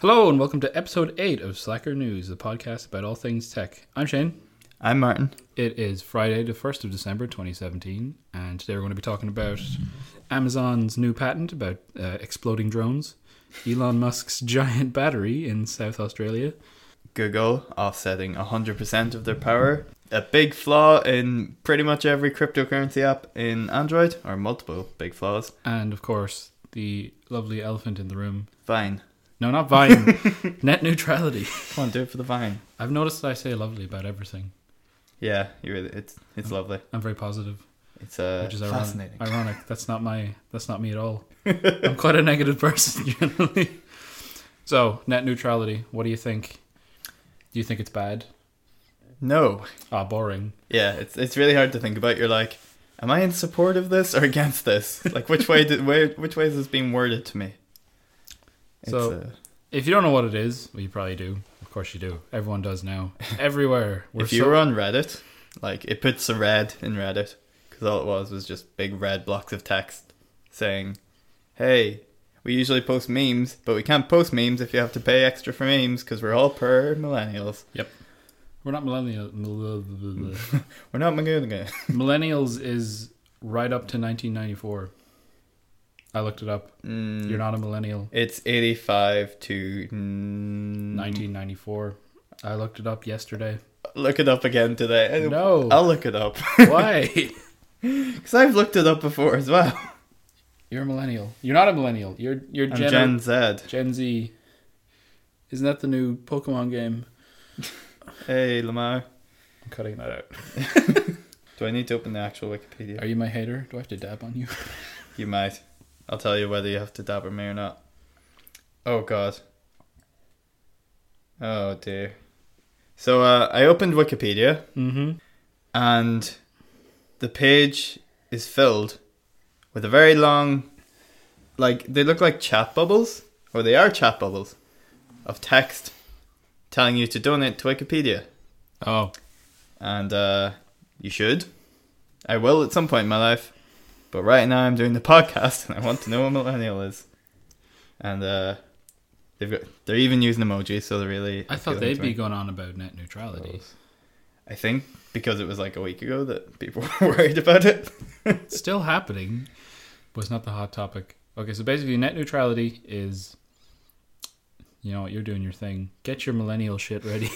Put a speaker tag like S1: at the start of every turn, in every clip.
S1: Hello and welcome to episode 8 of Slacker News, the podcast about all things tech. I'm Shane.
S2: I'm Martin.
S1: It is Friday, the 1st of December 2017, and today we're going to be talking about Amazon's new patent about uh, exploding drones, Elon Musk's giant battery in South Australia,
S2: Google offsetting 100% of their power. A big flaw in pretty much every cryptocurrency app in Android, or multiple big flaws.
S1: and of course, the lovely elephant in the room.
S2: Vine.
S1: No, not Vine, net neutrality.
S2: Come on, do it for the Vine.
S1: I've noticed that I say lovely about everything.
S2: Yeah, you really, it's it's lovely.
S1: I'm very positive.
S2: It's uh,
S1: which is ironic.
S2: fascinating.
S1: ironic. That's not my. That's not me at all. I'm quite a negative person generally. So net neutrality. What do you think? Do you think it's bad?
S2: No.
S1: Ah, boring.
S2: Yeah, it's it's really hard to think about. You're like, am I in support of this or against this? Like, which way did where which way is this being worded to me? It's,
S1: So-
S2: uh,
S1: If you don't know what it is, well, you probably do. Of course you do. Everyone does now. Everywhere.
S2: if you were on Reddit, like it puts a red in Reddit because all it was was just big red blocks of text saying, "Hey, we usually post memes, but we can't post memes if you have to pay extra for memes because we're all per millennials.
S1: we're not millennial.
S2: We're not millennials.
S1: millennials is right up to 1994. I looked it up.
S2: Mm,
S1: You're not a millennial.
S2: It's eighty-five to ninety.
S1: 1994. I looked it up yesterday.
S2: Look it up again today.
S1: No.
S2: I'll look it up
S1: Why?
S2: because I've looked it up before as well.
S1: You're a millennial. You're not a millennial. You're you're
S2: I'm
S1: Gen
S2: Gen Z.
S1: Gen Z. Isn't that the new Pokemon game?
S2: Hey Lamar,
S1: I'm cutting that out.
S2: do I need to open the actual Wikipedia?
S1: Are you my hater? Do I have to dab on you?
S2: You might. I'll tell you whether you have to dabber me or not. Oh god. Oh dear. So uh, I opened Wikipedia
S1: Mm-hmm.
S2: and the page is filled with a very long, like they look like chat bubbles, or they are chat bubbles, of text telling you to donate to Wikipedia,
S1: Oh,
S2: and uh, you should. I will at some point in my life. But right now I'm doing the podcast and I want to know what millennial is. And uh they've got they're even using emojis, so they're really
S1: I thought
S2: appealing
S1: they'd
S2: to
S1: be
S2: me.
S1: going on about net neutrality.
S2: I think because it was like a week ago that people were worried about it.
S1: It's still happening, but it's not the hot topic. Okay, so basically, net neutrality is, you know, what you're doing your thing. Get your millennial shit ready.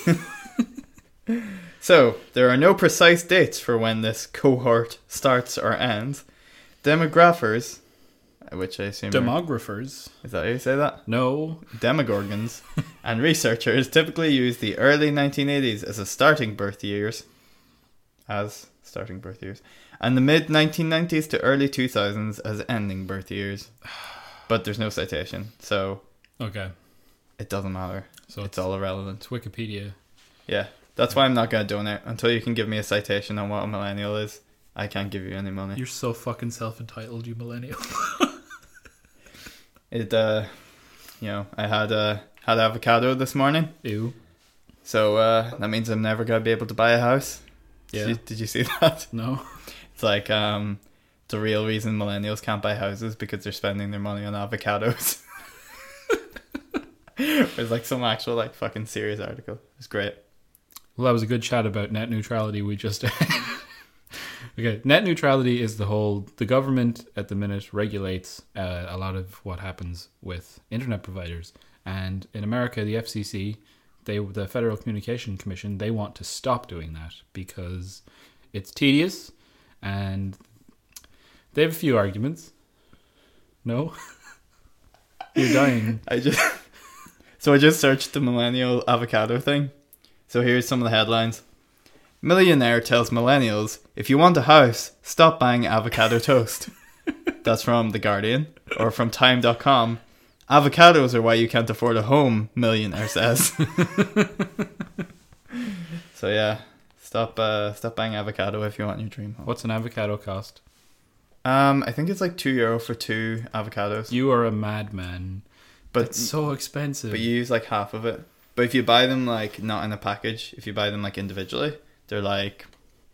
S2: So there are no precise dates for when this cohort starts or ends. Demographers which I assume are-
S1: Demographers.
S2: is that how you say that?
S1: No.
S2: Demogorgons and researchers typically use the early 1980s as a starting birth years, as starting birth years, and the mid 1990s to early 2000s as ending birth years. But there's no citation, so
S1: Okay.
S2: it doesn't matter.
S1: So it's,
S2: it's all irrelevant.
S1: it's Wikipedia.
S2: Yeah, that's why I'm not going to donate until you can give me a citation on what a millennial is. I can't give you any money.
S1: You're so fucking self entitled, you millennial.
S2: It, uh, you know, I had uh, had avocado this morning,
S1: Ew.
S2: so uh, that means I'm never going to be able to buy a house.
S1: Yeah.
S2: Did you- did you see that?
S1: No.
S2: It's like um, the real reason millennials can't buy houses because they're spending their money on avocados. It's like some actual like fucking serious article. It's great.
S1: Well, that was a good chat about net neutrality we just had. okay, net neutrality is the whole. The government at the minute regulates uh, a lot of what happens with internet providers, and in America, the FCC, they the Federal Communication Commission, they want to stop doing that because it's tedious, and they have a few arguments. No, you're dying.
S2: I just so I just searched the millennial avocado thing. So here's some of the headlines. Millionaire tells millennials, if you want a house, stop buying avocado toast. That's from The Guardian or from Time.com. Avocados are why you can't afford a home, millionaire says. so yeah, stop uh, stop buying avocado if you want your dream home.
S1: What's an avocado cost?
S2: Um, I think it's like two euro for two avocados,
S1: You are a madman. But
S2: but
S1: it's so expensive.
S2: But you use like half of it. But if you buy them like not in a package, if you buy them like individually, they're like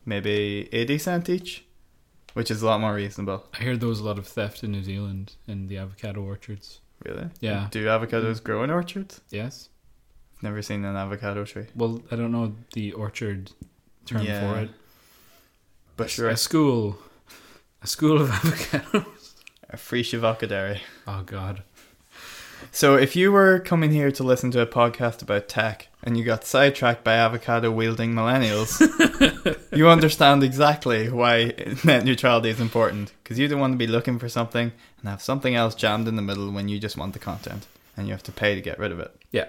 S2: maybe eighty cent each, which is a lot more reasonable.
S1: I hear there was a lot of theft in New Zealand in the avocado orchards.
S2: Really?
S1: Yeah.
S2: Do avocados grow in orchards?
S1: Yes.
S2: Never seen an avocado tree.
S1: Well, I don't know the orchard term
S2: Yeah,
S1: for it.
S2: But sure,
S1: A school. A school of avocado.
S2: a free shivakadari.
S1: oh, God.
S2: So if you were coming here to listen to a podcast about tech and you got sidetracked by avocado wielding millennials, you understand exactly why net neutrality is important because you don't want to be looking for something and have something else jammed in the middle when you just want the content and you have to pay to get rid of it.
S1: Yeah.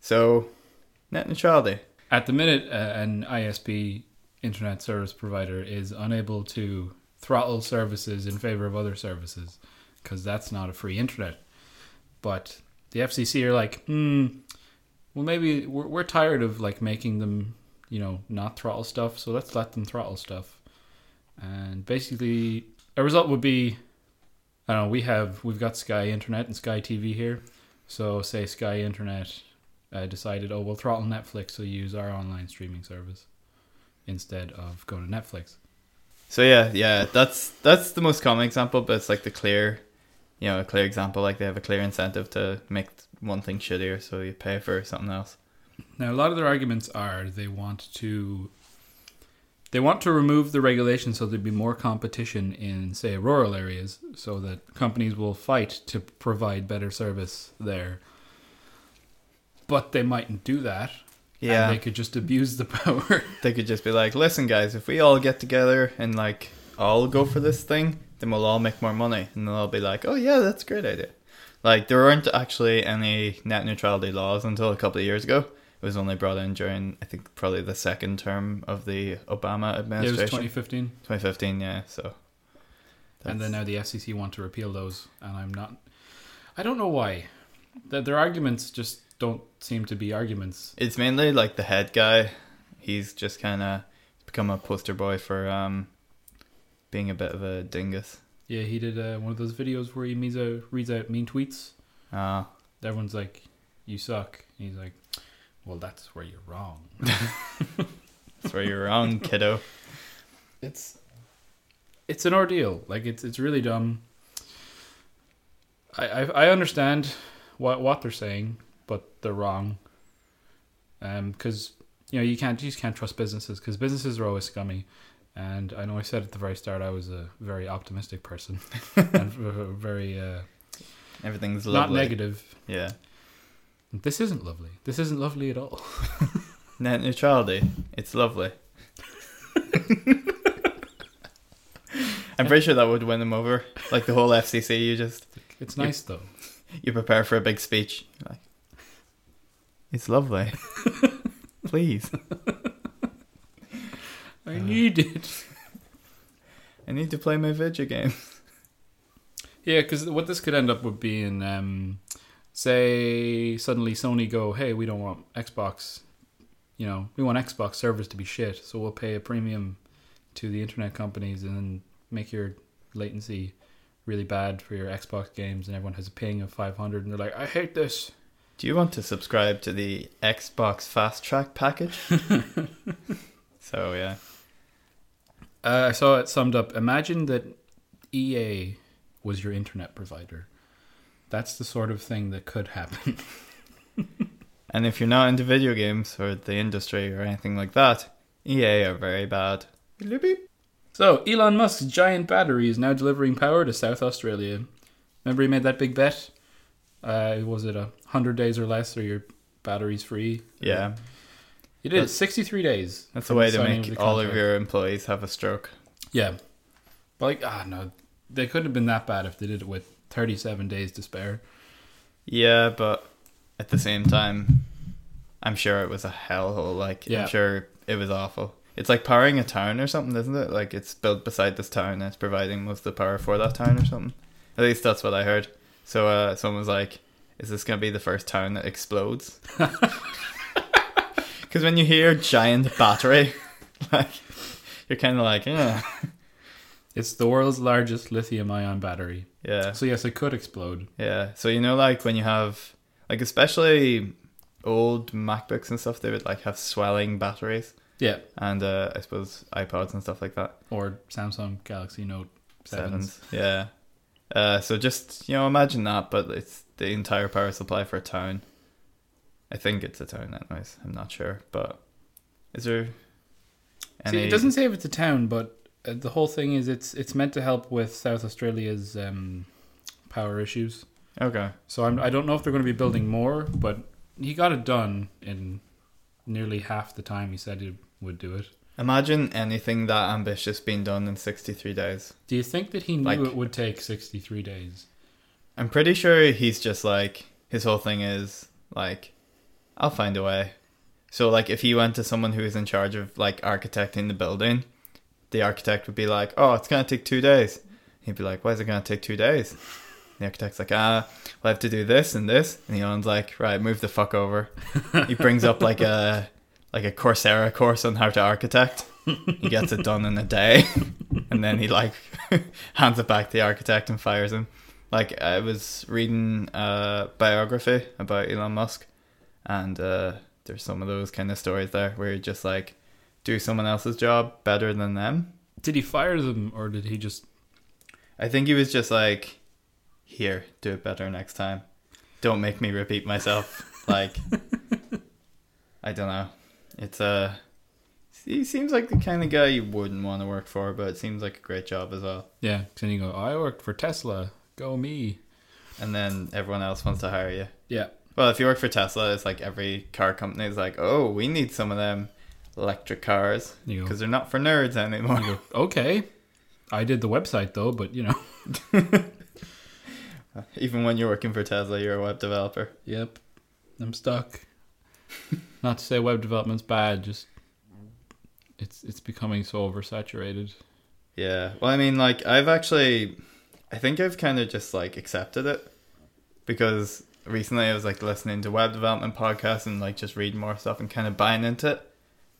S2: So net neutrality.
S1: At the minute, uh, an ISP internet service provider is unable to throttle services in favor of other services because that's not a free internet. But the FCC are like, hmm, well, maybe we're, we're tired of like making them, you know, not throttle stuff, so let's let them throttle stuff. And basically, a result would be, I don't know, we have we've got Sky Internet and Sky TV here, so say Sky Internet uh, decided, oh, we'll throttle Netflix, so you use our online streaming service instead of going to Netflix.
S2: So yeah, yeah, that's that's the most common example, but it's like the clear, you know, a clear example. Like they have a clear incentive to make one thing shittier, so you pay for something else.
S1: Now, a lot of their arguments are they want to they want to remove the regulation so there'd be more competition in, say, rural areas, so that companies will fight to provide better service there. But they mightn't do that. and
S2: Yeah,
S1: they could just abuse the power.
S2: they could just be like, listen, guys, if we all get together and like all go for this thing, then we'll all make more money. And they'll all be like, oh, yeah, that's a great idea. Like, there weren't actually any net neutrality laws until a couple of years ago. It was only brought in during, I think, probably the second term of the Obama
S1: it was
S2: administration.
S1: 2015,
S2: 2015, yeah, so.
S1: and
S2: that's-
S1: then now the FCC want to repeal those, and I'm not. I don't know why. Their- Their arguments just don't seem to be arguments.
S2: It's mainly like the head guy. He's just kind of become a poster boy for um, being a bit of a dingus.
S1: Yeah, he did uh, one of those videos where he means out, reads out mean tweets.
S2: Uh,
S1: Everyone's like, "You suck." And he's like, "Well, that's where you're wrong."
S2: that's where you're wrong, kiddo.
S1: It's it's an ordeal. Like it's it's really dumb. I I, I understand what what they're saying, but they're wrong. Um, because you know you can't you just can't trust businesses because businesses are always scummy. And I know I said at the very start I was a very optimistic person and very uh,
S2: Everything's
S1: not
S2: lovely.
S1: negative.
S2: Yeah.
S1: This isn't lovely. This isn't lovely at all.
S2: Net neutrality. It's lovely. I'm pretty sure that would win them over. Like the whole FCC, you just
S1: It's
S2: Yeah.
S1: nice though.
S2: you prepare for a big speech. You're like, it's lovely. Please,
S1: I need it.
S2: I need to play my video game.
S1: Yeah, because what this could end up with being, um, say, suddenly Sony go, hey, we don't want Xbox, you know, we want Xbox servers to be shit, so we'll pay a premium to the internet companies and then make your latency really bad for your Xbox games, and everyone has a ping of 500, and they're like, I hate this.
S2: Do you want to subscribe to the Xbox Fast Track package? so yeah,
S1: Uh, I saw it summed up. Imagine that EA was your internet provider. That's the sort of thing that could happen.
S2: and if you're not into video games or the industry or anything like that, EA are very bad.
S1: So, Elon Musk's giant battery is now delivering power to South Australia. Remember he made that big bet? Uh, was it a 100 days or less or your battery's free?
S2: Yeah,
S1: He did it
S2: That's-
S1: 63 days.
S2: That's a
S1: from
S2: way
S1: the
S2: to
S1: signing
S2: make
S1: the
S2: all of
S1: contract.
S2: your employees have a stroke.
S1: Yeah. But like, ah, no. They couldn't have been that bad if they did it with 37 days to spare.
S2: Yeah, but at the same time, I'm sure it was a hellhole. Like,
S1: Yeah.
S2: I'm sure it was awful. It's like powering a town or something, isn't it? Like, it's built beside this town and it's providing most of the power for that town or something. At least that's what I heard. So, uh, someone was like, is this going to be the first town that explodes? Because when you hear giant battery, like, you're kind of like, "Eh, yeah,
S1: It's the world's largest lithium ion battery.
S2: yeah.
S1: So, yes, it could explode.
S2: Yeah. So you know, like when you have, like especially old MacBooks and stuff, they would like have swelling batteries,
S1: Yeah.
S2: and uh, I suppose iPods and stuff like that.
S1: Or Samsung Galaxy Note 7s.
S2: Sevens. Yeah. Uh, so just you know, imagine that, but it's the entire power supply for a town. I think it's a town, anyways. I'm not sure, but is there?
S1: See, it doesn't say if it's a town, but uh, the whole thing is it's it's meant to help with South Australia's um, power issues.
S2: Okay.
S1: So I'm, I don't know if they're going to be building more, but he got it done in nearly half the time he said he would do it.
S2: Imagine anything that ambitious being done in 63 days.
S1: Do you think that he knew
S2: Like-
S1: it would take 63 days?
S2: I'm pretty sure he's just like his whole thing is like, I'll find a way. So like, if he went to someone who is in charge of like architecting the building, the architect would be like, "Oh, it's gonna take two days." He'd be like, "Why is it gonna take two days?" The architect's like, "Ah, we'll have to do this and this." And Elon's like, "Right, move the fuck over." he brings up like a like a Coursera course on how to architect. He gets it done in a day, and then he like hands it back to the architect and fires him. Like I was reading a biography about Elon Musk, and uh, there's some of those kind of stories there where you just like do someone else's job better than them.
S1: Did he fire them or did he just.
S2: I think he was just like, here, do it better next time. Don't make me repeat myself. like, I don't know. It's Uh, he seems like the kind of guy you wouldn't want to work for, but it seems like a great job as well.
S1: Yeah, 'cause then you go, I worked for Tesla. Go me.
S2: And then everyone else wants to hire you.
S1: Yeah.
S2: Well, if you work for Tesla, it's like every car company is like, oh, we need some of them electric cars
S1: You go,
S2: because they're not for nerds anymore.
S1: okay. I did the website though, but you know.
S2: Even when you're working for Tesla, you're a web developer.
S1: Yep. I'm stuck. Not to say web development's bad, just it's it's becoming so oversaturated.
S2: Yeah. Well, I mean, like, I've actually, I think I've kind of just like accepted it because recently I was like listening to web development podcasts and like just reading more stuff and kind of buying into it.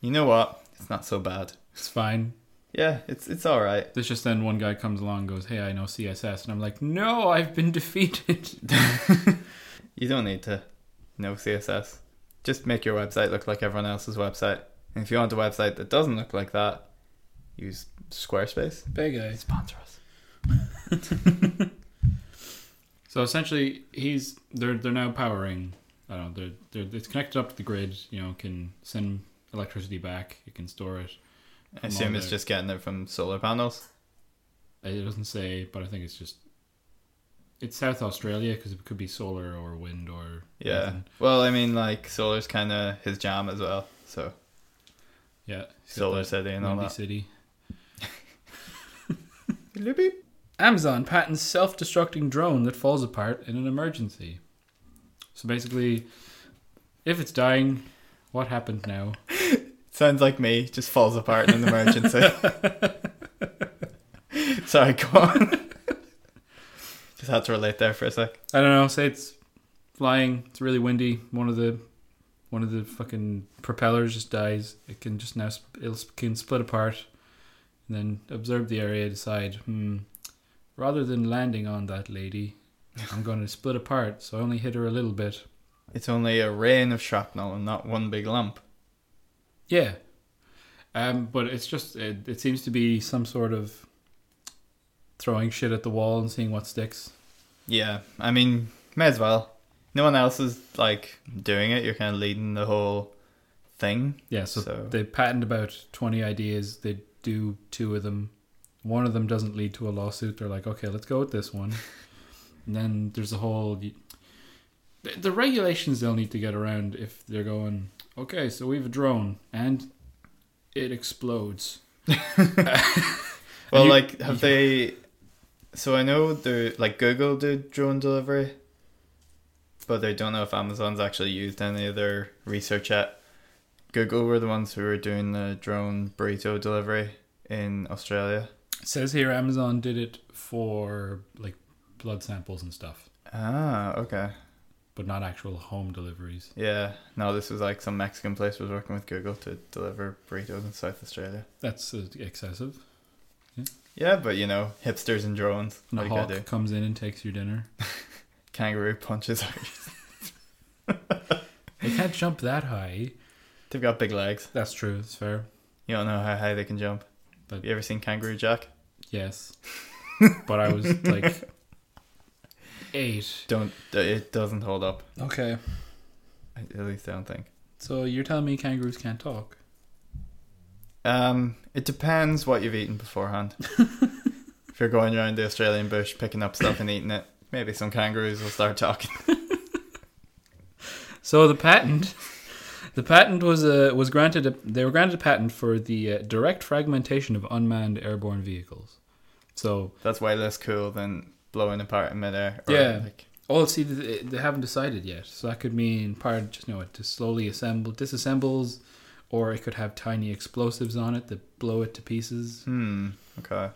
S2: You know what? It's not so bad.
S1: It's fine.
S2: Yeah, it's it's all right.
S1: There's just then one guy comes along and goes, Hey, I know CSS and I'm like, No, I've been defeated.
S2: You don't need to know CSS. Just make your website look like everyone else's website. And if you want a website that doesn't look like that, use Squarespace.
S1: Big guy.
S2: Sponsor us.
S1: So essentially, he's they're they're now powering. I don't know. They're, they're it's connected up to the grid. You know, can send electricity back. It can store it.
S2: I assume
S1: on
S2: it's
S1: there.
S2: just getting it from solar panels.
S1: It doesn't say, but I think it's just it's South Australia because it could be solar or wind or
S2: Yeah.
S1: anything.
S2: Well, I mean, like solar's kind of his jam as well. So
S1: yeah it's got
S2: solar
S1: that
S2: city and all
S1: windy
S2: that.
S1: city.
S2: Bloopy.
S1: Amazon patents self-destructing drone that falls apart in an emergency. So basically, if it's dying, what happened now?
S2: Sounds like me. Just falls apart in an emergency. Sorry, go on. just had to relate there for a sec.
S1: I don't know. Say it's flying. It's really windy. One of the one of the fucking propellers just dies. It can just now sp- it'll sp- can split apart, and then observe the area. Decide, hmm, rather than landing on that lady, I'm going to split apart. So I only hit her a little bit.
S2: It's only a rain of shrapnel and not one big lump.
S1: Yeah, um, but it's just it, it seems to be some sort of throwing shit at the wall and seeing what sticks.
S2: Yeah, I mean, may as well. No one else is like doing it. You're kind of leading the whole thing.
S1: Yeah, so,
S2: So-
S1: they patent about 20 ideas. They do two of them. One of them doesn't lead to a lawsuit. They're like, okay, let's go with this one. and then there's a whole. the- The regulations they'll need to get around if they're going, okay, so we have a drone and it explodes.
S2: Well,
S1: You-
S2: like, have they? So I know they're like Google do drone delivery, but I don't know if Amazon's actually used any of their research yet. Google were the ones who were doing the drone burrito delivery in Australia.
S1: It says here Amazon did it for like blood samples and stuff,
S2: Ah, okay.
S1: but not actual home deliveries.
S2: Yeah. No, this was like some Mexican place was working with Google to deliver burritos in South Australia.
S1: That's uh, excessive.
S2: Yeah, but you know, hipsters and drones.
S1: And
S2: What
S1: a
S2: do you gotta do?
S1: hawk comes in and takes your dinner.
S2: Kangaroo punches out.
S1: They can't jump that high.
S2: They've got big legs.
S1: That's true. It's fair.
S2: You don't know how high they can jump.
S1: But-
S2: Have you ever seen Kangaroo Jack?
S1: Yes. but I was like eight.
S2: Don't uh, it doesn't hold up.
S1: Okay,
S2: I- At least I don't think.
S1: so you're telling me kangaroos can't talk?
S2: Um, it depends what you've eaten beforehand. if you're going around the Australian bush picking up stuff and eating it, maybe some kangaroos will start talking.
S1: So the patent, the patent was uh, was granted. A, they were granted a patent for the uh, direct fragmentation of unmanned airborne vehicles. So
S2: That's way less cool than blowing apart in midair.
S1: Yeah.
S2: Like,
S1: Oh, see, they, they haven't decided yet. So that could mean part just you know it just slowly assemble, disassembles, or it could have tiny explosives on it that blow it to pieces.
S2: hmm. Okay.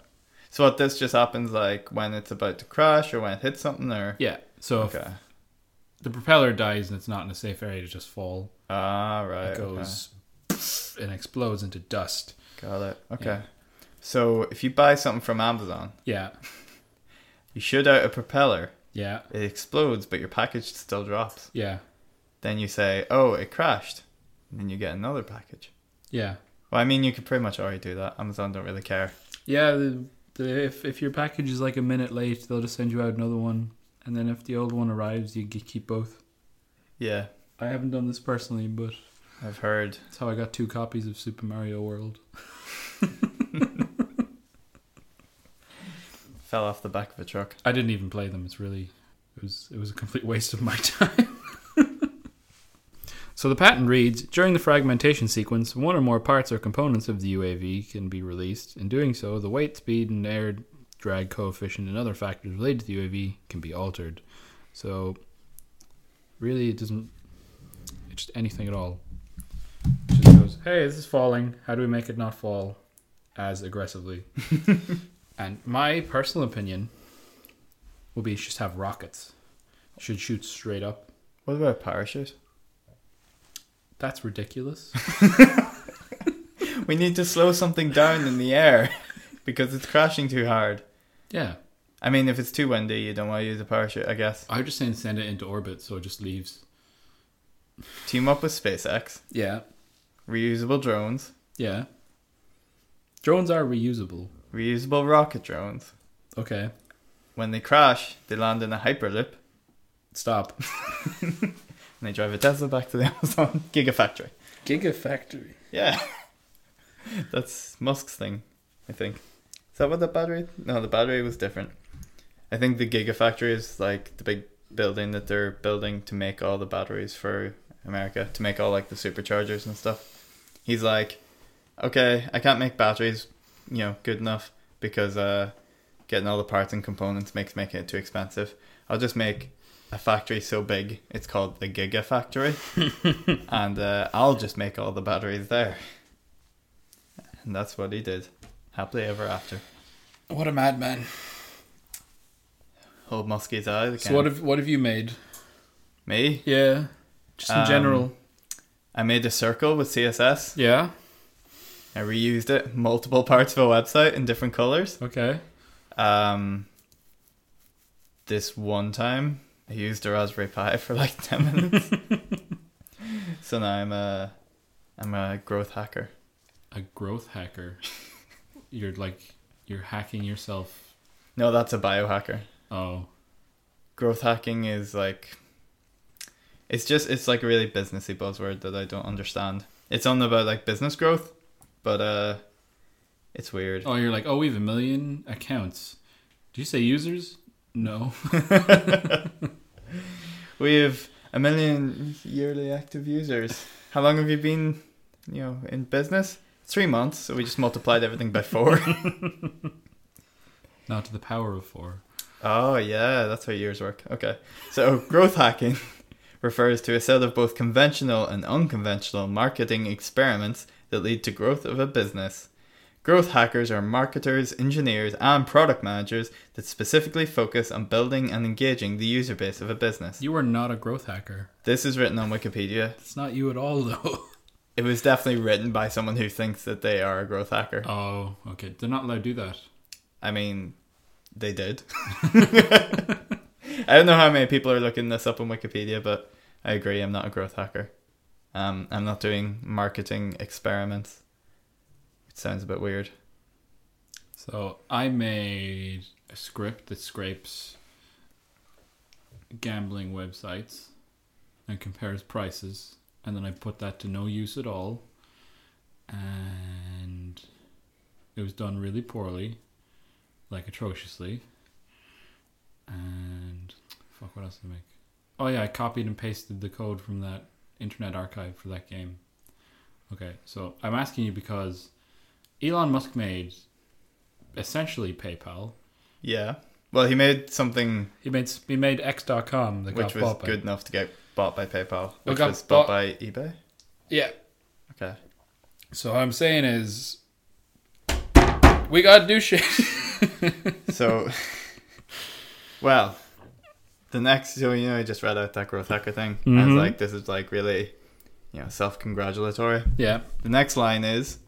S2: So what this just happens like when it's about to crash or when it hits something or
S1: Yeah. So if
S2: okay.
S1: the propeller dies and it's not in a safe area to just fall,
S2: Ah right.
S1: it goes and explodes into dust.
S2: okay. Got it. Okay.
S1: Yeah.
S2: So if you buy something from Amazon,
S1: Yeah.
S2: you shoot out a propeller,
S1: Yeah.
S2: it explodes, but your package still drops.
S1: Yeah.
S2: Then you say, Oh, it crashed and then you get another package.
S1: Yeah.
S2: Well, I mean, you could pretty much already do that. Amazon don't really care.
S1: Yeah. The, the, if if your package is like a minute late, they'll just send you out another one, and then if the old one arrives, you g- keep both.
S2: Yeah,
S1: I haven't done this personally, but
S2: I've heard.
S1: That's how I got two copies of Super Mario World.
S2: Fell off the back of a truck.
S1: I didn't even play them. It's really it was it was a complete waste of my time. so the patent reads, during the fragmentation sequence, one or more parts or components of the UAV can be released. In doing so, the weight, speed, and air drag coefficient and other factors related to the UAV can be altered. So really it doesn't it's just anything at all. It just goes, "Hey, this is falling. How do we make it not fall as aggressively?" and my personal opinion will be just have rockets. Should shoot straight up.
S2: What about a parachute?
S1: That's ridiculous.
S2: We need to slow something down in the air because it's crashing too hard.
S1: yeah.
S2: I mean, if it's too windy, you don't want to use a parachute, I guess.
S1: I was just saying send it into orbit so it just leaves.
S2: Team up with SpaceX,
S1: Yeah.
S2: reusable drones,
S1: Yeah. Drones are reusable.
S2: reusable rocket drones.
S1: Okay.
S2: When they crash, they land in a hyperloop
S1: Stop.
S2: and they drive a Tesla back to the Amazon Gigafactory.
S1: Gigafactory.
S2: Yeah. That's Musk's thing, I think. Is that what the battery? No, the battery was different. I think the Gigafactory is like the big building that they're building to make all the batteries for America, to make all like the superchargers and stuff. He's like, okay, I can't make batteries, you know, good enough because uh, getting all the parts and components makes making it too expensive. I'll just make a factory so big it's called the Gigafactory, and uh, I'll just make all the batteries there. And that's what he did. Happily ever after.
S1: What a madman.
S2: Old Muskie's eye. Again.
S1: So what have what have you made?
S2: Me?
S1: Yeah. Just in
S2: Um,
S1: general.
S2: I made a circle with CSS.
S1: Yeah.
S2: I reused it multiple parts of a website in different colors.
S1: Okay.
S2: Um, this one time, I used a Raspberry Pi for like ten minutes. so now I'm a, I'm a growth hacker.
S1: A growth hacker. you're like you're hacking yourself.
S2: No, that's a biohacker.
S1: Oh.
S2: growth hacking is like it's just it's like a really businessy buzzword that I don't understand. It's on about like business growth, but uh it's weird.
S1: Oh, you're like, oh, we have a million accounts. Do you say users? No.
S2: We have a million yearly active users. How long have you been, you know, in business? 3 months, so we just multiplied everything by 4.
S1: Not to the power of four.
S2: Oh, yeah, that's how years work. Okay. So, growth hacking refers to a set of both conventional and unconventional marketing experiments that lead to growth of a business. Growth hackers are marketers, engineers, and product managers that specifically focus on building and engaging the user base of a business.
S1: You are not a growth hacker.
S2: This is written on Wikipedia.
S1: It's not you at all, though.
S2: It was definitely written by someone who thinks that they are a growth hacker.
S1: Oh, okay. They're not allowed to do that.
S2: I mean, they did. I don't know how many people are looking this up on Wikipedia, but I agree. I'm not a growth hacker. Um, I'm not doing marketing experiments. It sounds a bit weird.
S1: So I made a script that scrapes gambling websites and compares prices, and then I put that to no use at all, and it was done really poorly, like atrociously. And fuck, what else did I make? Oh yeah, I copied and pasted the code from that Internet Archive for that game. Okay, so I'm asking you because Elon Musk made essentially PayPal.
S2: Yeah. Well, he made something
S1: He made he made X.com that
S2: which
S1: got
S2: was
S1: bought by-
S2: good enough to get bought by PayPal,
S1: It
S2: which
S1: got
S2: was bought
S1: bought-
S2: by eBay.
S1: Yeah,
S2: Okay.
S1: So what I'm saying is, we gotta do shit.
S2: So, well, the next, so you know, I just read out that growth hacker thing. I was
S1: Mhm.
S2: like, this is like really, you know, self congratulatory.
S1: yeah,
S2: The next line is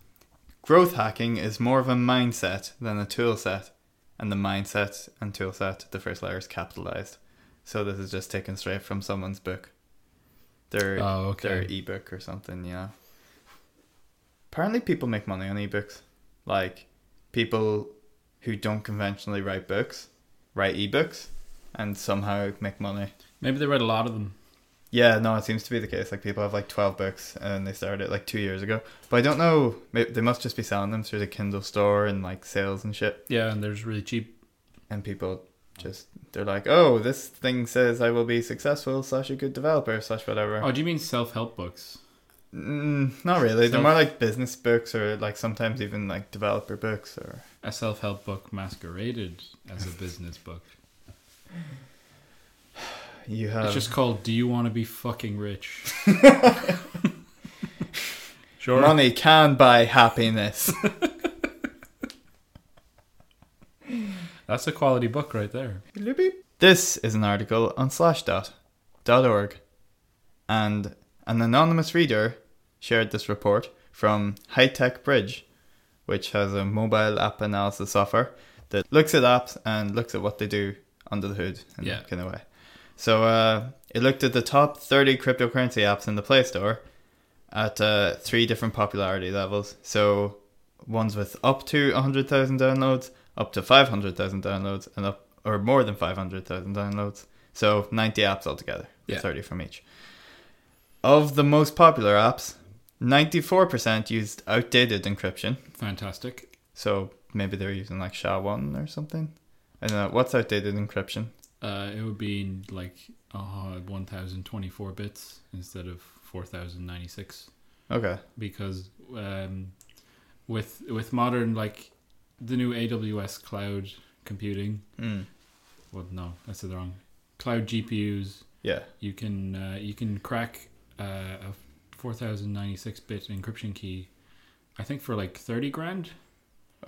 S2: growth hacking is more of a mindset than a tool set. And the mindset and tool set, the first letter is capitalized. So this is just taken straight from someone's book. Their
S1: Oh, okay.
S2: their ebook or something, you know. Apparently people make money on ebooks. Like people who don't conventionally write books write ebooks and somehow make money.
S1: maybe they read a lot of them.
S2: Yeah, no, it seems to be the case. Like people have like twelve books, and they started it like two years ago. But I don't know. may- They must just be selling them through the Kindle store and like sales and shit.
S1: Yeah, and they're just really cheap.
S2: And people just they're like, oh, this thing says I will be successful slash a good developer slash whatever.
S1: Oh, do you mean self-help books?
S2: Mm, not really. They're
S1: So-
S2: more like business books or like sometimes even like developer books or
S1: A self-help book masqueraded as a business book.
S2: you have.
S1: it's just called "Do You Want to Be Fucking Rich?" sure.
S2: Money can buy happiness.
S1: That's a quality book right there.
S2: This is an article on Slashdot, dot .org, and an anonymous reader shared this report from High Tech Bridge, which has a mobile app analysis software that looks at apps and looks at what they do under the hood in
S1: Yeah.
S2: that kind of way. So uh, it looked at the top 30 cryptocurrency apps in the Play Store at uh, three different popularity levels. So ones with up to 100,000 downloads, up to 500,000 downloads, and up or more than 500,000 downloads. So 90 apps altogether,
S1: Yeah.
S2: 30 from each. Of the most popular apps, 94% used outdated encryption.
S1: Fantastic.
S2: So maybe they're using like SHA-1 or something. I don't know. What's outdated encryption?
S1: Uh, it would be like uh, 1,024 bits instead of 4,096.
S2: Okay.
S1: because um, with with modern like the new AWS cloud computing,
S2: Mm.
S1: well, no, that's the wrong cloud GPUs.
S2: Yeah.
S1: You can uh, you can crack uh, a four thousand ninety six bit encryption key. I think for like thirty grand.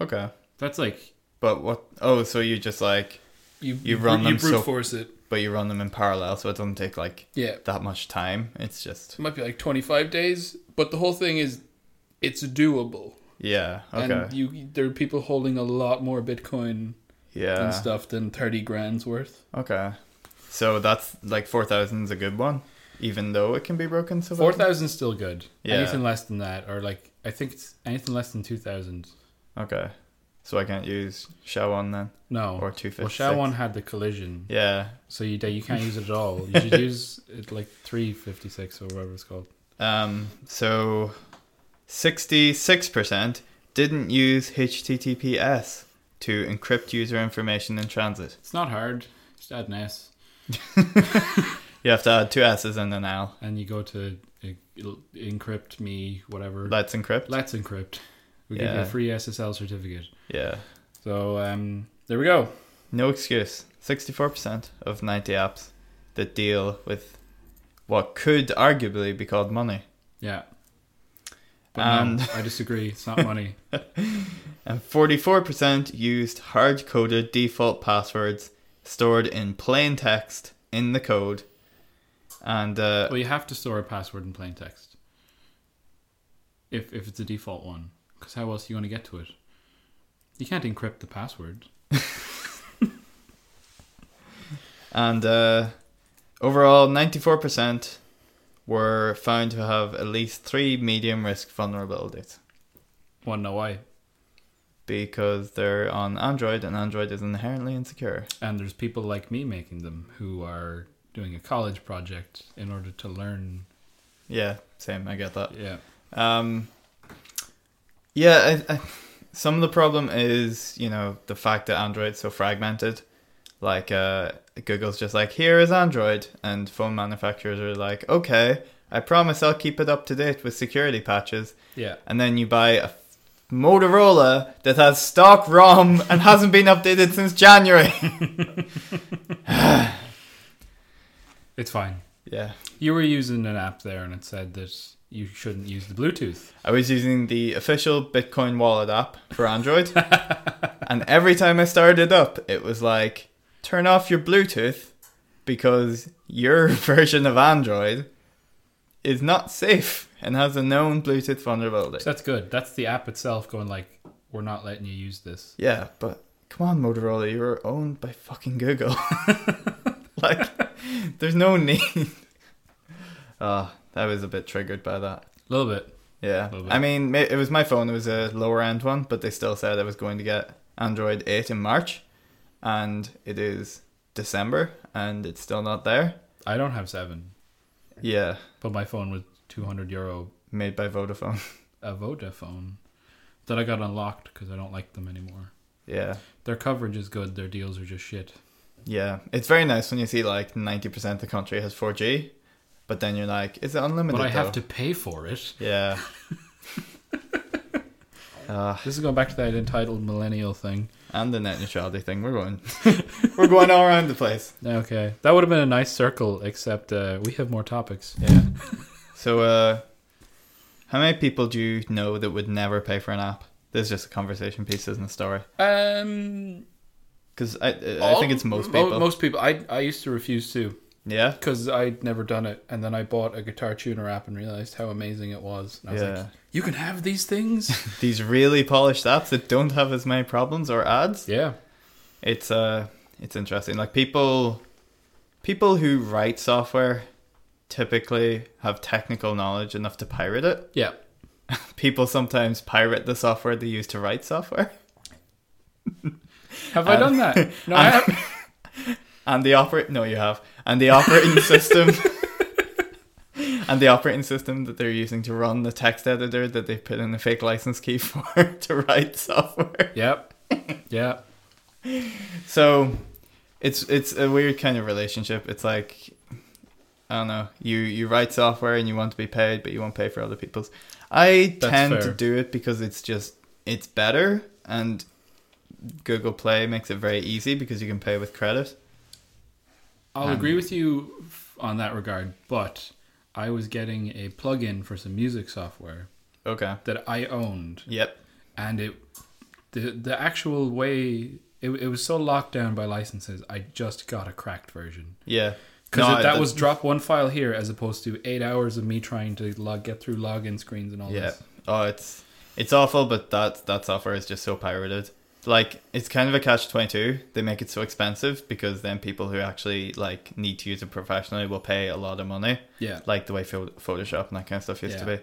S2: Okay.
S1: That's like
S2: But what? Oh, so you just like,
S1: you
S2: You run
S1: you
S2: them
S1: brute
S2: so-
S1: force it.
S2: but you run them in parallel, so it doesn't take like
S1: Yeah,
S2: that much time. It's just
S3: it might be like 25 days but the whole thing is it's doable
S2: yeah. Okay.
S3: and you there are people holding a lot more bitcoin
S2: yeah.
S3: and stuff than 30 grand's worth
S2: Okay. So that's like four thousand is a good one, even though it can be broken. So
S1: four thousand still good.
S2: Yeah.
S1: Anything less than that, or like I think it's anything less than two thousand.
S2: Okay. So I can't use SHA-1 then,
S1: No,
S2: or two fifty
S1: Oh. well,
S2: six.
S1: Sha one had the collision.
S2: Yeah.
S1: So you you can't use it at all. You should use it like three fifty six or whatever it's called.
S2: Um, so 66% didn't use HTTPS to encrypt user information in transit.
S1: It's not hard. Just add an S,
S2: You have to add two S's and an L.
S1: and you go to uh, it'll encrypt me whatever.
S2: Let's encrypt.
S1: Let's encrypt. We give you
S2: Yeah.
S1: a free SSL certificate.
S2: yeah.
S1: So um, there we go.
S2: No excuse. 64% of 90 apps that deal with what could arguably be called money.
S1: Yeah. But no,
S2: And-
S1: I disagree. It's not money.
S2: And 44% used hard coded default passwords stored in plain text in the code. And uh,
S1: well, you have to store a password in plain text. If if it's a default one, because how else are you going to get to it? You can't encrypt the password.
S2: And uh, overall, 94% were found to have at least three medium risk vulnerabilities
S1: Want to know why?
S2: because they're on Android and Android is inherently insecure.
S1: And there's people like me making them who are doing a college project in order to learn.
S2: Yeah, same. I get that.
S1: Yeah.
S2: Um, yeah, I, I, some of the problem is you know the fact that Android's so fragmented. Like uh, Google's just like here is Android, and phone manufacturers are like, okay, I promise I'll keep it up to date with security patches,
S1: Yeah.
S2: and then you buy a Motorola that has stock ROM and hasn't been updated since January.
S1: It's fine.
S2: yeah,
S1: You were using an app there and it said that you shouldn't use the Bluetooth.
S2: I was using the official Bitcoin wallet app for Android, and every time I started it up, it was like, turn off your Bluetooth because your version of Android is not safe and has a known Bluetooth vulnerability.
S1: So that's good. That's the app itself going like, we're not letting you use this.
S2: Yeah, but come on, Motorola, you're owned by fucking Google. like, there's no need. Ah, I was a bit triggered by that.
S1: A little bit.
S2: Yeah,
S1: Little bit.
S2: I mean, ma- it was my phone. It was a lower end one, but they still said I was going to get Android eight in March, and it is December, and it's still not there.
S1: I don't have seven,
S2: Yeah,
S1: but my phone was 200 euro
S2: made by Vodafone.
S1: a Vodafone that I got unlocked because I don't like them anymore.
S2: Yeah,
S1: Their coverage is good. Their deals are just shit.
S2: yeah, it's very nice when you see like ninety percent of the country has four G, but then you're like, is it unlimited?
S1: But I have to
S2: though?
S1: pay for it.
S2: Yeah. Uh,
S1: This is going back to that entitled millennial thing.
S2: and the net neutrality thing. We're going, we're going all around the place.
S1: Okay, that would have been a nice circle, except uh, we have more topics.
S2: Yeah. So, uh, how many people do you know that would never pay for an app? There's just a conversation piece, isn't a story?
S3: Um,
S2: Because I, I
S3: all-
S2: think it's most
S3: mo-
S2: people.
S3: Most people. I I used to refuse to
S2: yeah.
S3: because I'd never done it, and then I bought a guitar tuner app and realized how amazing it was. And I was
S2: Yeah.
S3: like, "You can have these things."
S2: These really polished apps that don't have as many problems or ads.
S1: Yeah,
S2: It's uh, it's interesting. Like people, people who write software typically have technical knowledge enough to pirate it.
S1: yeah.
S2: people sometimes pirate the software they use to write software,
S1: Have I
S2: Um,
S1: done that? No, I
S2: um,
S1: have.
S2: and the operate no, you have, and the operating system, and the operating system that they're using to run the text editor that they put in a fake license key for to write software.
S1: Yep. Yeah.
S2: So, it's it's a weird kind of relationship. It's like. I don't know. You you write software and you want to be paid, but you won't pay for other people's. I
S1: That's
S2: tend to
S1: fair.
S2: do it because it's just it's better, and Google Play makes it very easy because you can pay with credit.
S1: I'll
S2: Um,
S1: agree with you f- on that regard, but I was getting a plug-in for some music software
S2: Okay.
S1: that I owned,
S2: Yep.
S1: and it the the actual way it, it was so locked down by licenses. I just got a cracked version.
S2: Yeah.
S1: Because
S2: No,
S1: that
S2: the-
S1: was drop one file here as opposed to eight hours of me trying to log get through login screens and all
S2: Yeah.
S1: this.
S2: Oh, it's it's awful, but that that software is just so pirated. Like it's kind of a catch twenty two. They make it so expensive because then people who actually like need to use it professionally will pay a lot of money,
S1: Yeah,
S2: like the way Pho- Photoshop and that kind of stuff used
S1: Yeah.
S2: to be.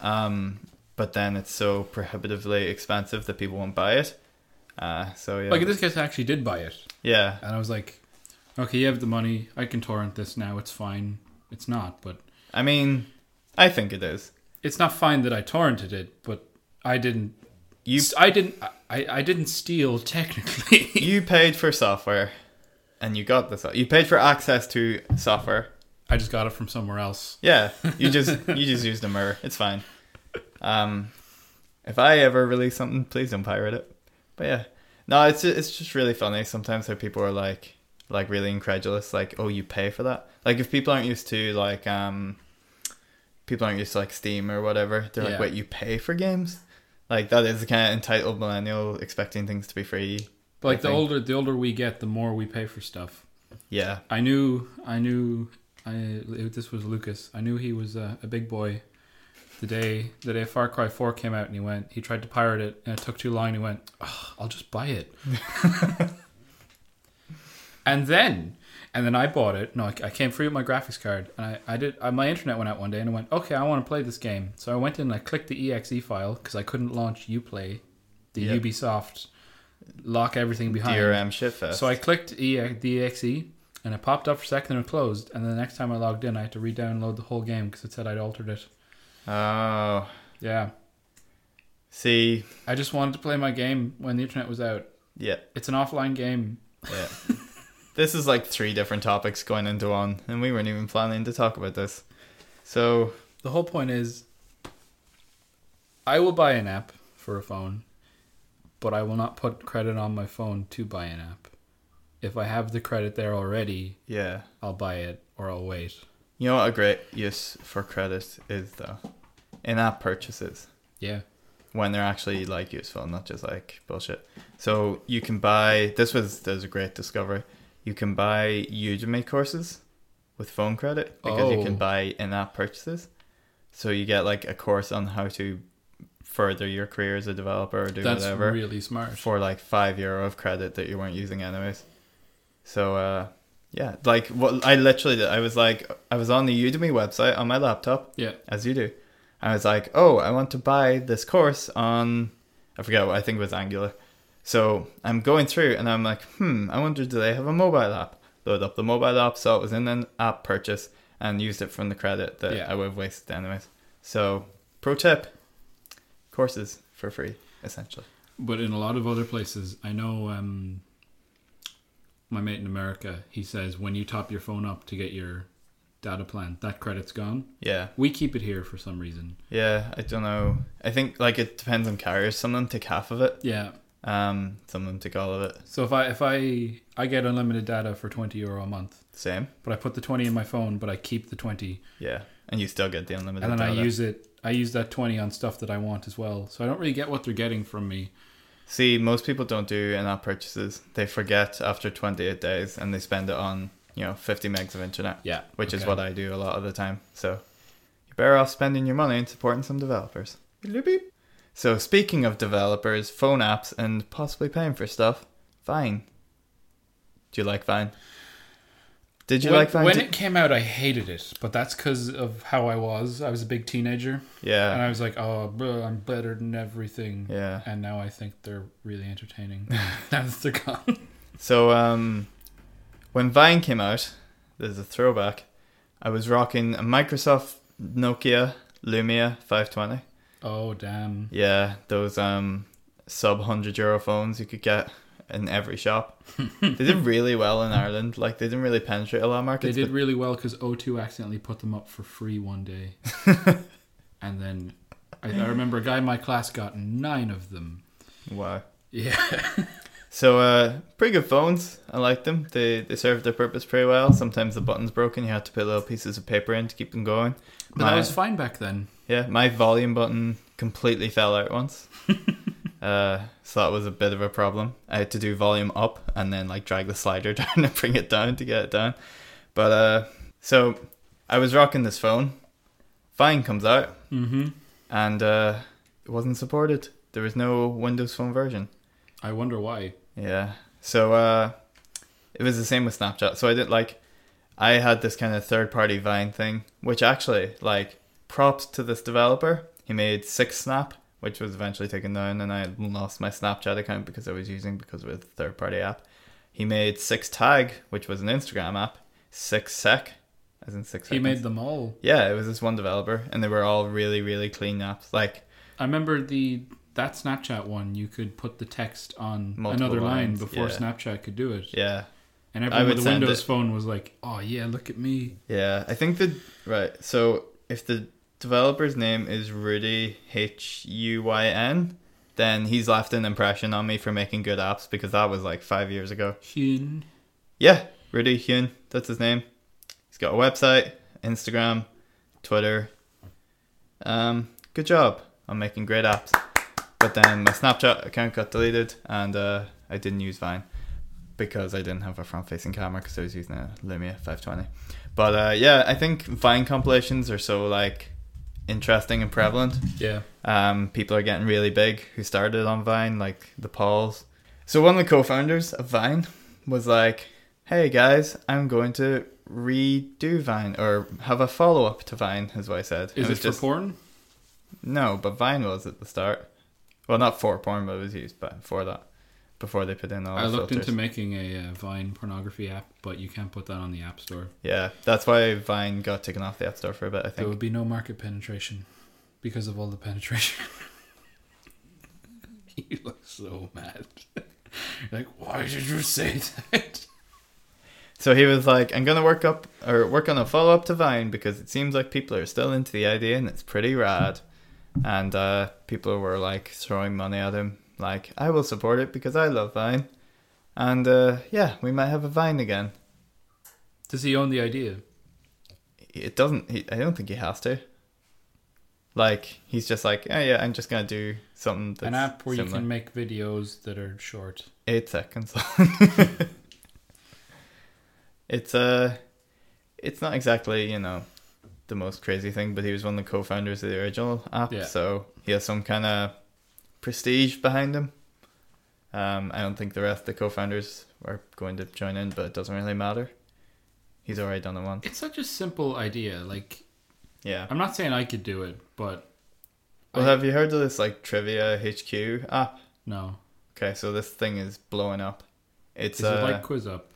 S2: Um, but then it's so prohibitively expensive that people won't buy it. Uh, so yeah,
S1: like in this case, I actually did buy it,
S2: yeah,
S1: and I was like, okay, you have the money, I can torrent this now. It's fine. It's not, but
S2: I mean, I think it is.
S1: it's not fine that I torrented it, but I didn't.
S2: You
S1: I didn't. I, I didn't steal technically.
S2: you paid for software, and you got the so- you paid for access to software.
S1: I just got it from somewhere else.
S2: Yeah, you just you just used a mirror. It's fine. Um, if I ever release something, please don't pirate it. But yeah, no, it's just, it's just really funny sometimes how people are like like really incredulous, like oh you pay for that. Like if people aren't used to like um, people aren't used to like Steam or whatever, they're
S1: Yeah.
S2: like wait you pay for games. Like that is the kind of entitled millennial expecting things to be free.
S1: But like the
S2: think-
S1: older the older we get, the more we pay for stuff.
S2: Yeah,
S1: I knew, I knew, I it- this was Lucas. I knew he was a, a big boy. The day the day Far Cry Four came out, and he went, he tried to pirate it, and it took too long. And he went, "Ugh, I'll just buy it. and then, and then I bought it. No, I, I came free with my graphics card, and I, I did. I, my internet went out one day, and I went, okay, I want to play this game. So I went in, and I clicked the exe file because I couldn't launch UPlay, the
S2: Yep.
S1: Ubisoft lock everything behind.
S2: DRM shitfest.
S1: So I clicked e- the exe, and it popped up for a second and it closed. And then the next time I logged in, I had to re-download the whole game because it said I'd altered it.
S2: Oh.
S1: Yeah,
S2: See,
S1: I just wanted to play my game when the internet was out.
S2: yeah,
S1: It's an offline game.
S2: yeah. this is like three different topics going into one, and we weren't even planning to talk about this. So,
S1: The whole point is, I will buy an app for a phone, but I will not put credit on my phone to buy an app. If I have the credit there already,
S2: yeah.
S1: I'll buy it or I'll wait.
S2: You know what a great use for credit is, though? In app purchases.
S1: Yeah.
S2: when they're actually like useful, not just like bullshit. So you can buy this was there's a great discovery. You can buy Udemy courses with phone credit because you
S1: Oh.
S2: can buy in-app purchases. So you get like a course on how to further your career as a developer or do
S1: That's
S2: whatever
S1: really smart.
S2: for like five euro of credit that you weren't using anyways. So uh, yeah, like what I literally did, I was like I was on the Udemy website on my laptop
S1: Yeah.
S2: as you do. I was like, oh, I want to buy this course on, I forget what I think it was Angular. So I'm going through and I'm like, hmm, I wonder do they have a mobile app? Load up the mobile app, saw it was in an app purchase, and used it from the credit that
S1: Yeah.
S2: I would have wasted anyways. So pro tip: courses for free, essentially.
S1: But in a lot of other places, I know um, my mate in America, he says when you top your phone up to get your data plan, that credit's gone.
S2: Yeah,
S1: We keep it here for some reason.
S2: yeah. I don't know. I think like it depends on carriers. Some of them take half of it.
S1: Yeah.
S2: Um, some of them take all of it.
S1: So if I if I I get unlimited data for 20 euro a month,
S2: Same.
S1: but I put the 20 in my phone, but I keep the 20
S2: Yeah, and you still get the unlimited.
S1: and then I
S2: data.
S1: use it I use that 20 on stuff that I want as well. So I don't really get what they're getting from me.
S2: See, most people don't do in-app purchases. They forget after 28 days and they spend it on, you know, 50 megs of internet,
S1: Yeah.
S2: which is what I do a lot of the time. So you're better off spending your money and supporting some developers. Bloop-bloop. So speaking of developers, phone apps, and possibly paying for stuff, Vine. Do you like Vine? Did you
S1: when,
S2: like Vine?
S1: when
S2: Did-
S1: it came out I hated it, but that's cuz of how I was. I was a big teenager and
S2: yeah,
S1: I was like, "Oh, bro, I'm better than everything."
S2: yeah.
S1: And now I think they're really entertaining. now that they're gone.
S2: So um, when Vine came out, there's a throwback. I was rocking a Microsoft Nokia Lumia 520.
S1: Oh damn.
S2: Yeah, those um sub hundred euro phones you could get in every shop. they did really well in Ireland. Like they didn't really penetrate a lot of
S1: They
S2: markets.
S1: did really well because O2 accidentally put them up for free one day. and then I, I remember a guy in my class got nine of them.
S2: but- wow.
S1: Yeah.
S2: So uh, pretty good phones. I like them. They they served their purpose pretty well. Sometimes the buttons broken. You had to put little pieces of paper in to keep them going.
S1: But
S2: My-
S1: that was fine back then.
S2: Yeah, my volume button completely fell out once. uh, so that was a bit of a problem. I had to do volume up and then like drag the slider down and bring it down to get it down. But uh, so I was rocking this phone. Vine comes out
S1: Mm-hmm.
S2: and uh, it wasn't supported. There was no Windows Phone version.
S1: I wonder why.
S2: Yeah. So uh, it was the same with Snapchat. So I did like I had this kind of third party Vine thing, which actually like props to this developer. He made six snap, which was eventually taken down, and I lost my Snapchat account because I was using because it was a third party app. He made six tag, which was an Instagram app. Six sec, as in six.
S1: He
S2: seconds.
S1: made them all.
S2: Yeah, it was this one developer, and they were all really, really clean apps. Like
S1: I remember the that Snapchat one. You could put the text on
S2: Multiple
S1: another line
S2: lines,
S1: before
S2: yeah.
S1: Snapchat could do it.
S2: yeah,
S1: And
S2: I
S1: everyone
S2: would
S1: with a
S2: send
S1: Windows
S2: it.
S1: phone was like, "Oh yeah, look at me."
S2: Yeah, I think the right. So if the developer's name is Rudy H U Y N, then he's left an impression on me for making good apps because that was like five years ago.
S1: Sheen.
S2: Yeah, Rudy Hune, that's his name. He's got a website, Instagram, Twitter. Um, good job on making great apps. But then my Snapchat account got deleted, and uh, I didn't use Vine because I didn't have a front-facing camera because I was using a Lumia 520. But uh, yeah, I think Vine compilations are so like interesting and prevalent.
S1: Yeah.
S2: Um, people are getting really big who started on Vine, like the Pauls. So one of the co-founders of Vine was like, "Hey guys, I'm going to redo Vine or have a follow-up to Vine," is what I said.
S1: Is it,
S2: was
S1: for porn?
S2: no, but Vine was at the start. Well, not for porn, but it was used by, for that. before they put in all.
S1: I
S2: the
S1: looked
S2: filters.
S1: into making a uh, Vine pornography app, but you can't put that on the App Store.
S2: Yeah, that's why Vine got taken off the App Store for a bit. I
S1: There
S2: think.
S1: would be no market penetration because of all the penetration. you look so mad. You're like, why did you say that?
S2: So he was like, "I'm gonna work up or work on a follow up to Vine because it seems like people are still into the idea and it's pretty rad." And uh, people were like throwing money at him, like, "I will support it because I love Vine," and uh, yeah, we might have a Vine again.
S1: Does he own the idea?
S2: It doesn't. He, I don't think he has to. Like he's just like, "Oh yeah, I'm just gonna do something." That's
S1: An app where you
S2: similar."
S1: can make videos that are short.
S2: eight seconds long. it's uh it's not exactly, you know, the most crazy thing, but he was one of the co founders of the original app,
S1: Yeah.
S2: so he has some kind of prestige behind him. Um, I don't think the rest of the co founders are going to join in, but it doesn't really matter. He's already done it once.
S1: It's such a simple idea. Like,
S2: Yeah.
S1: I'm not saying I could do it, but
S2: Well,
S1: I-
S2: have you heard of this like Trivia HQ app?
S1: no.
S2: Okay, so this thing is blowing up. It's
S1: Is
S2: uh,
S1: it like Quiz Up?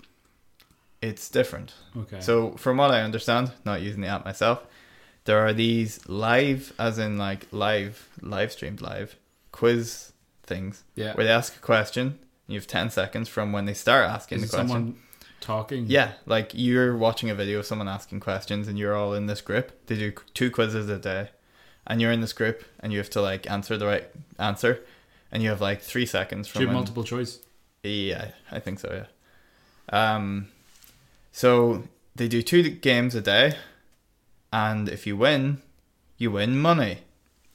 S2: it's different.
S1: Okay.
S2: So, from what I understand, not using the app myself, there are these live, as in like live, live streamed live quiz things
S1: yeah.
S2: where they ask a question. And you have 10 seconds from when they start asking
S1: Is
S2: the
S1: it
S2: question.
S1: someone talking?
S2: Yeah, like you're watching a video of someone asking questions and you're all in this group. They do two quizzes a day. And you're in this group and you have to like answer the right answer. And you have like three seconds from
S1: Do
S2: when-
S1: multiple choice.
S2: yeah, E I think so. Yeah. Um, so they do two games a day, and if you win, you win money,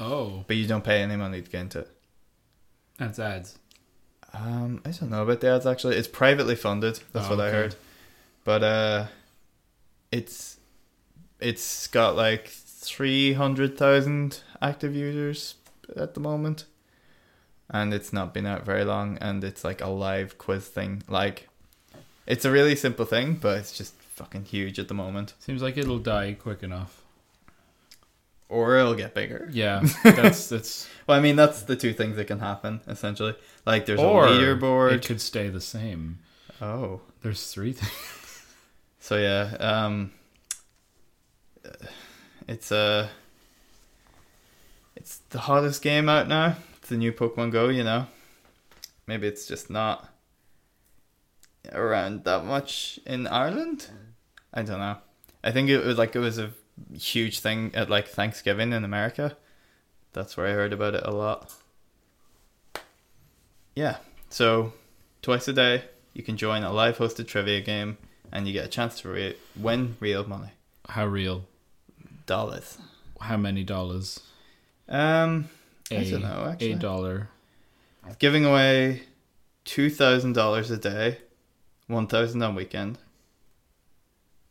S1: Oh,
S2: but you don't pay any money to get into it.
S1: that's ads.
S2: Um, I don't know about that actually. It's privately funded. That's
S1: Oh,
S2: what I
S1: okay.
S2: heard. But uh, it's it's got like three hundred thousand active users at the moment, and it's not been out very long. And it's like a live quiz thing. Like, it's a really simple thing, but it's just fucking huge at the moment.
S1: Seems like it'll die quick enough.
S2: Or it'll get bigger.
S1: Yeah, that's that's.
S2: Well, I mean, that's the two things that can happen essentially. Like, there's
S1: or
S2: a leaderboard.
S1: It could stay the same.
S2: oh.
S1: There's three things.
S2: So yeah, um, it's uh, it's the hottest game out now. It's the new Pokemon Go, you know. Maybe it's just not around that much in Ireland. I don't know. I think it was like it was a huge thing at like Thanksgiving in America. That's where I heard about it a lot. Yeah. So twice a day you can join a live hosted trivia game and you get a chance to re- win real money.
S1: How real?
S2: Dollars.
S1: How many dollars?
S2: Um I
S1: A,
S2: don't know
S1: a
S2: actually.
S1: dollar.
S2: Giving away two thousand dollars a day, one thousand on weekend.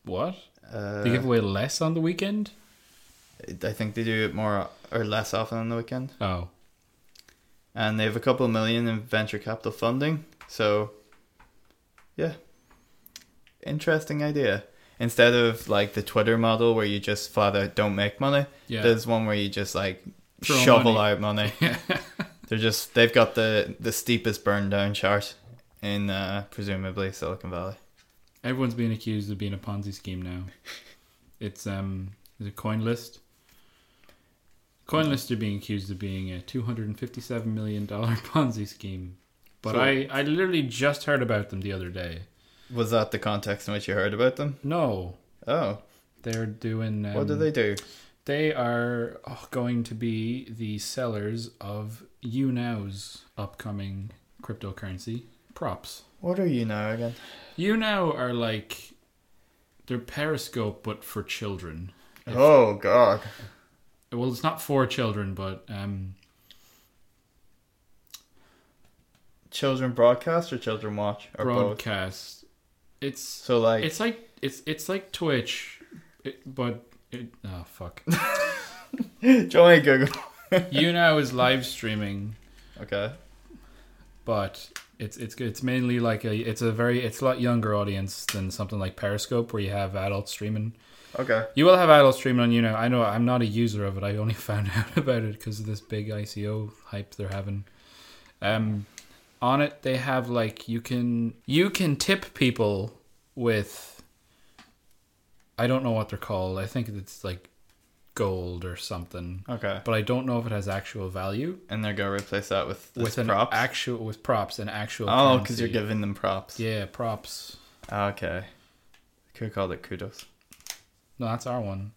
S1: What?
S2: Uh,
S1: they give away less on the weekend?
S2: I think they do it more or less often on the weekend.
S1: Oh,
S2: and they have a couple million in venture capital funding. So, yeah, interesting idea. Instead of like the Twitter model where you just flat out don't make money,
S1: Yeah.
S2: there's one where you just like
S1: Throw
S2: shovel
S1: money.
S2: out money. They're just they've got the the steepest burn down chart in uh, presumably Silicon Valley.
S1: everyone's being accused of being a Ponzi scheme now. It's um, is it CoinList?
S2: Mm-hmm.
S1: CoinList are being accused of being a two hundred and fifty-seven million dollar Ponzi scheme, but
S2: So-
S1: I I literally just heard about them the other day.
S2: Was that the context in which you heard about them?
S1: No,
S2: Oh,
S1: they're doing. Um,
S2: what do they do?
S1: They are oh, going to be the sellers of YouNow's upcoming cryptocurrency props.
S2: What are you now again?
S1: YouNow are like they're Periscope but for children. If-
S2: Oh God!
S1: Well, it's not for children, but um,
S2: Children broadcast or children watch or both?
S1: broadcast. It's
S2: So like
S1: it's like it's it's like Twitch, it, but it, oh fuck.
S2: Join Google.
S1: YouNow is live streaming
S2: Okay.
S1: but it's it's it's mainly like a it's a very it's a lot younger audience than something like Periscope where you have adult streaming.
S2: Okay.
S1: You will have adult streaming on you know. I know I'm not a user of it. I only found out about it because of this big ICO hype they're having. Um, on it they have like you can you can tip people with I don't know what they're called. I think it's like gold or something.
S2: Okay.
S1: But I don't know if it has actual value
S2: And they're gonna replace that with this
S1: with an
S2: props.
S1: actual with props and actual
S2: oh, because you're
S1: currency.
S2: giving them props. Ah,
S1: Yeah, props.
S2: Okay. Could have called it kudos.
S1: No, that's our one.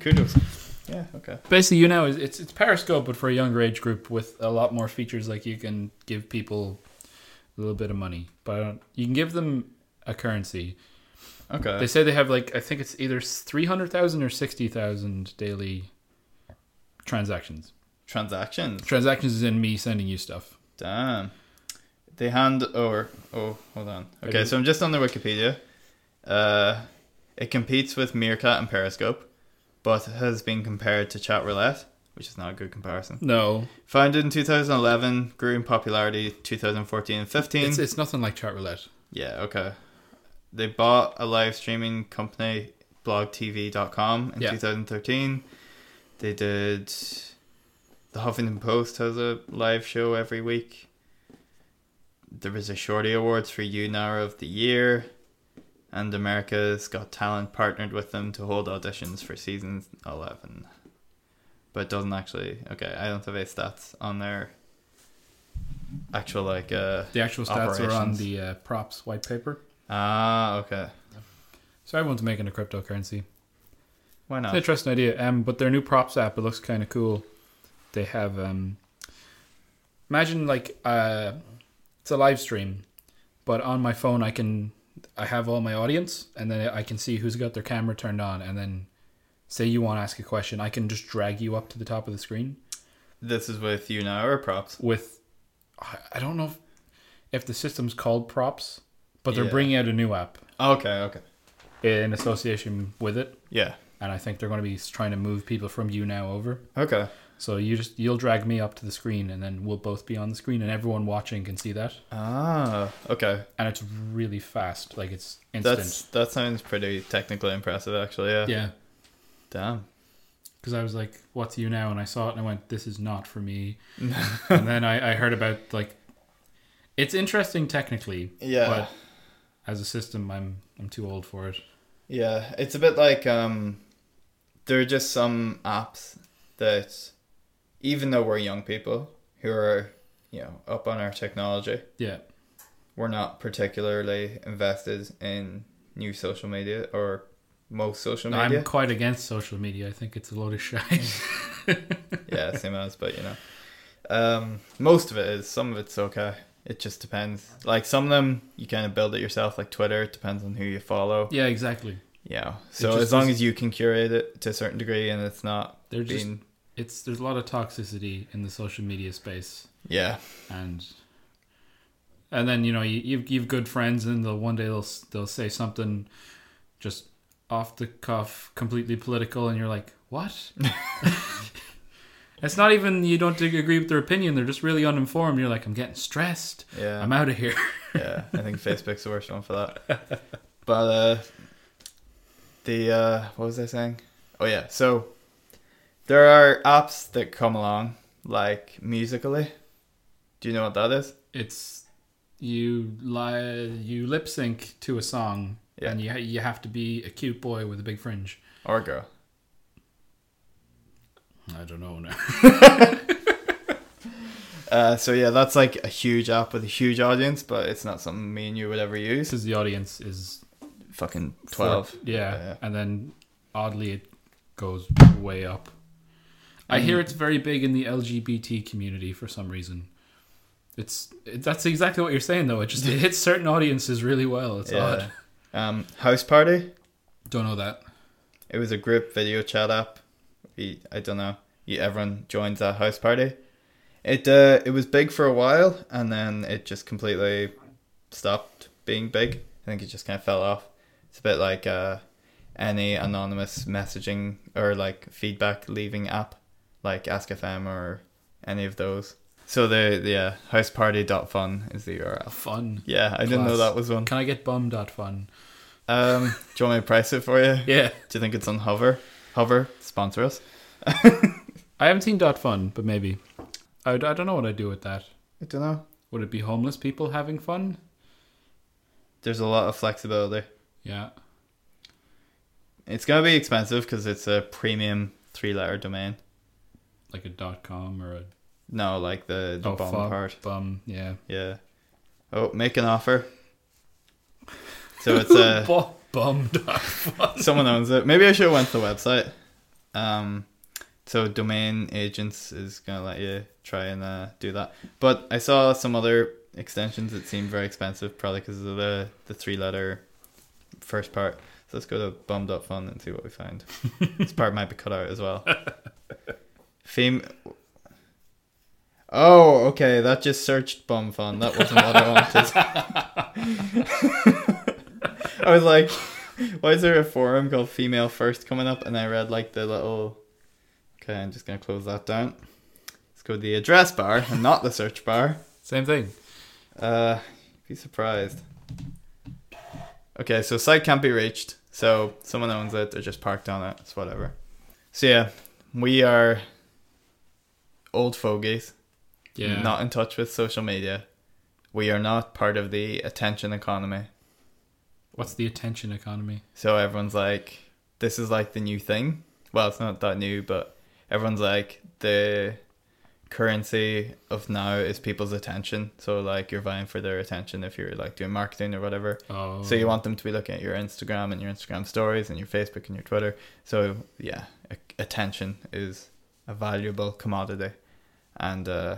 S2: kudos. Yeah. Okay.
S1: Basically, you know, it's- it's it's Periscope, but for a younger age group with a lot more features. Like you can give people a little bit of money, but I don't, you can give them a currency.
S2: Okay.
S1: They say they have like I think it's either three hundred thousand or sixty thousand daily transactions.
S2: Transactions.
S1: Transactions is in me sending you stuff.
S2: Damn. They hand or oh hold on. Okay,
S1: Maybe-
S2: so I'm just on the Wikipedia. Uh, it competes with Meerkat and Periscope, but has been compared to Chat Roulette, which is not a good comparison.
S1: No,
S2: Founded in 2011, grew in popularity 2014 and 15.
S1: it's it's nothing like chat roulette.
S2: Yeah, okay. They bought a live streaming company, blogtv.com, in
S1: Yeah.
S2: 2013. They did. The Huffington Post has a live show every week. There was a Shorty Awards for UNAR of the Year. And America's Got Talent partnered with them to hold auditions for season 11. But it doesn't actually. Okay, I don't have any stats on their actual, like, uh.
S1: The actual stats are on
S2: Operations.
S1: the uh, props white paper.
S2: Ah, okay.
S1: So everyone's making a cryptocurrency.
S2: Why
S1: It's an
S2: not?
S1: interesting idea. Um, but their new props app, it looks kind of cool. They have um, imagine like uh, it's a live stream, but on my phone I can I have all my audience, and then I can see who's got their camera turned on, and then say you want to ask a question, I can just drag you up to the top of the screen
S2: This is with you now or props.
S1: with I I don't know if, if the system's called props, but they're
S2: Yeah.
S1: bringing out a new app
S2: Okay, okay.
S1: in association with it.
S2: Yeah.
S1: And I think they're going to be trying to move people from you now over.
S2: Okay.
S1: So you just you'll drag me up to the screen, and then we'll both be on the screen, and everyone watching can see that.
S2: Ah, okay.
S1: And it's really fast, like it's instant.
S2: That's that sounds pretty technically impressive, actually. Yeah.
S1: yeah,
S2: Damn.
S1: because I was like, "What's you now?" And I saw it, and I went, "This is not for me." and then I, I heard about like, it's interesting technically,
S2: Yeah.
S1: but as a system, I'm I'm too old for it.
S2: Yeah, it's a bit like um, there are just some apps that, even though we're young people who are, you know, up on our technology,
S1: Yeah,
S2: we're not particularly invested in new social media or most social
S1: I'm
S2: media.
S1: quite against social media. I think it's a load of shite.
S2: yeah, same as, but you know, um, most of it is. Some of it's okay. It just depends. Like some of them, you kind of build it yourself. Like Twitter, it depends on who you follow.
S1: yeah, exactly.
S2: Yeah. So
S1: just
S2: as long
S1: is-
S2: as you can curate it to a certain degree, and it's not
S1: They're just
S2: being
S1: it's there's a lot of toxicity in the social media space.
S2: yeah
S1: and and then you know you, you've you've good friends and they'll one day they'll s- they'll say something just off the cuff completely political and you're like what it's not even you don't agree with their opinion they're just really uninformed you're like i'm getting stressed
S2: yeah
S1: i'm out of here
S2: yeah. I think Facebook's the worst one for that. But uh, the uh, what was I saying? Oh yeah. So there are apps that come along like Musically. Do you know what that is?
S1: it's you lie you lip sync to a song
S2: Yeah.
S1: and you ha- you have to be a cute boy with a big fringe
S2: Or girl.
S1: i don't know now
S2: Uh, so yeah, that's like a huge app with a huge audience, but it's not something me and you would ever use.
S1: this is the audience is
S2: Fucking twelve.
S1: Four- yeah.
S2: Yeah.
S1: and then oddly it goes way up. I hear it's very big in the LGBT community for some reason. It's it, that's exactly what you're saying though. It just it hits certain audiences really well. It's
S2: yeah.
S1: odd.
S2: Um, House Party.
S1: Don't know that.
S2: It was a group video chat app. We- I don't know. You, everyone joins that house party. It uh, it was big for a while, and then it just completely stopped being big. I think it just kind of fell off. It's a bit like uh, any anonymous messaging or like feedback leaving app, like AskFM or any of those. So the the uh, houseparty.fun is the URL.
S1: Fun.
S2: Yeah, I didn't know
S1: Class.
S2: that was one.
S1: Can I get bum dot fun?
S2: Um, do you want me to price it for you?
S1: Yeah.
S2: Do you think it's on Hover? Hover sponsor us.
S1: I haven't seen dot fun, but maybe. I, would- I don't know what I'd do with that.
S2: I don't know.
S1: Would it be homeless people having fun?
S2: There's a lot of flexibility.
S1: Yeah.
S2: It's going to be expensive because it's a premium three letter domain.
S1: Like a dot com or a
S2: No, like the, the bomb
S1: Oh, fuck,
S2: part.
S1: Bum, yeah.
S2: Yeah. Oh, make an offer. So it's a.
S1: Bum, bum dot
S2: Someone owns it. Maybe I should have went to the website. Um, so domain agents is gonna let you try and uh, do that. But I saw some other extensions that seemed very expensive, probably because of the the three letter first part. So let's go to bum.fun and see what we find. this part might be cut out as well. Fame. Oh, okay. That just searched bum fun. That wasn't what I wanted. I was like, why is there a forum called Female First coming up? And I read like the little. Okay, I'm just gonna close that down. Let's go to the address bar and not the search bar.
S1: Same thing.
S2: Uh, be surprised. Okay, so site can't be reached. So someone owns it. They're just parked on it. It's whatever. So yeah, we are old fogies.
S1: Yeah.
S2: Not in touch with social media. We are not part of the attention economy.
S1: What's the attention economy?
S2: So everyone's like, this is like the new thing. Well, it's not that new, but everyone's like, the currency of now is people's attention. So, like, you're vying for their attention if you're like doing marketing or whatever.
S1: Oh.
S2: So, you want them to be looking at your Instagram and your Instagram stories and your Facebook and your Twitter. So, yeah, a- attention is a valuable commodity. And uh,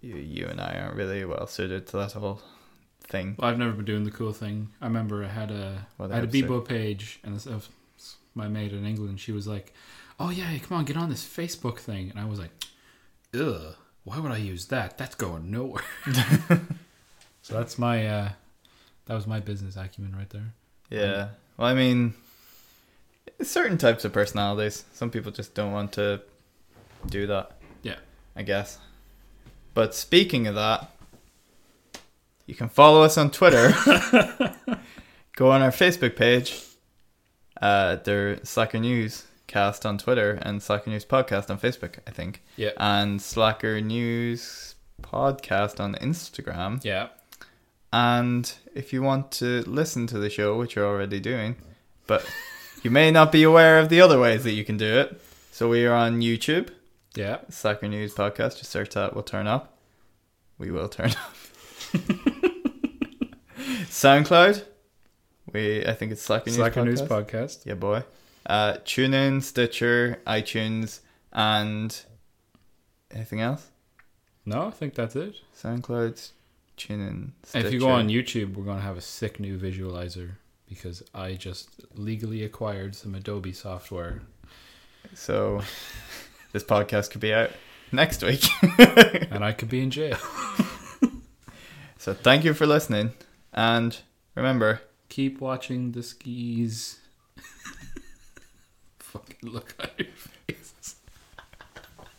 S2: you, you and I aren't really well suited to that whole thing.
S1: Well, I've never been doing the cool thing. I remember I had a
S2: What
S1: I had a
S2: episode?
S1: Bebo page, and this, uh, my mate in England, she was like, "Oh yeah, come on, get on this Facebook thing," and I was like, "Ugh, why would I use that? That's going nowhere." so that's my uh, that was my business acumen right there.
S2: Yeah. Well, I mean, certain types of personalities. Some people just don't want to do that,
S1: Yeah,
S2: I guess. But speaking of that, you can follow us on Twitter. Go on our Facebook page. Uh, they're Slacker News Cast on Twitter and Slacker News Podcast on Facebook, I think.
S1: yeah,
S2: And Slacker News Podcast on Instagram.
S1: yeah.
S2: And if you want to listen to the show, which you're already doing, but you may not be aware of the other ways that you can do it. So we are on YouTube,
S1: Yeah,
S2: Soccer News Podcast. Just search that, we'll turn up. We will turn up. SoundCloud. We I think it's Slacker News
S1: Slacker
S2: Podcast.
S1: News Podcast.
S2: Yeah, boy. Uh, TuneIn, Stitcher, iTunes, and anything else?
S1: No, I think that's it.
S2: SoundCloud, TuneIn, Stitcher.
S1: If you go on YouTube, we're gonna have a sick new visualizer because I just legally acquired some Adobe software.
S2: So this podcast could be out next week.
S1: and I could be in jail.
S2: so thank you for listening. And remember,
S1: Keep watching the skis. Fucking look at your face.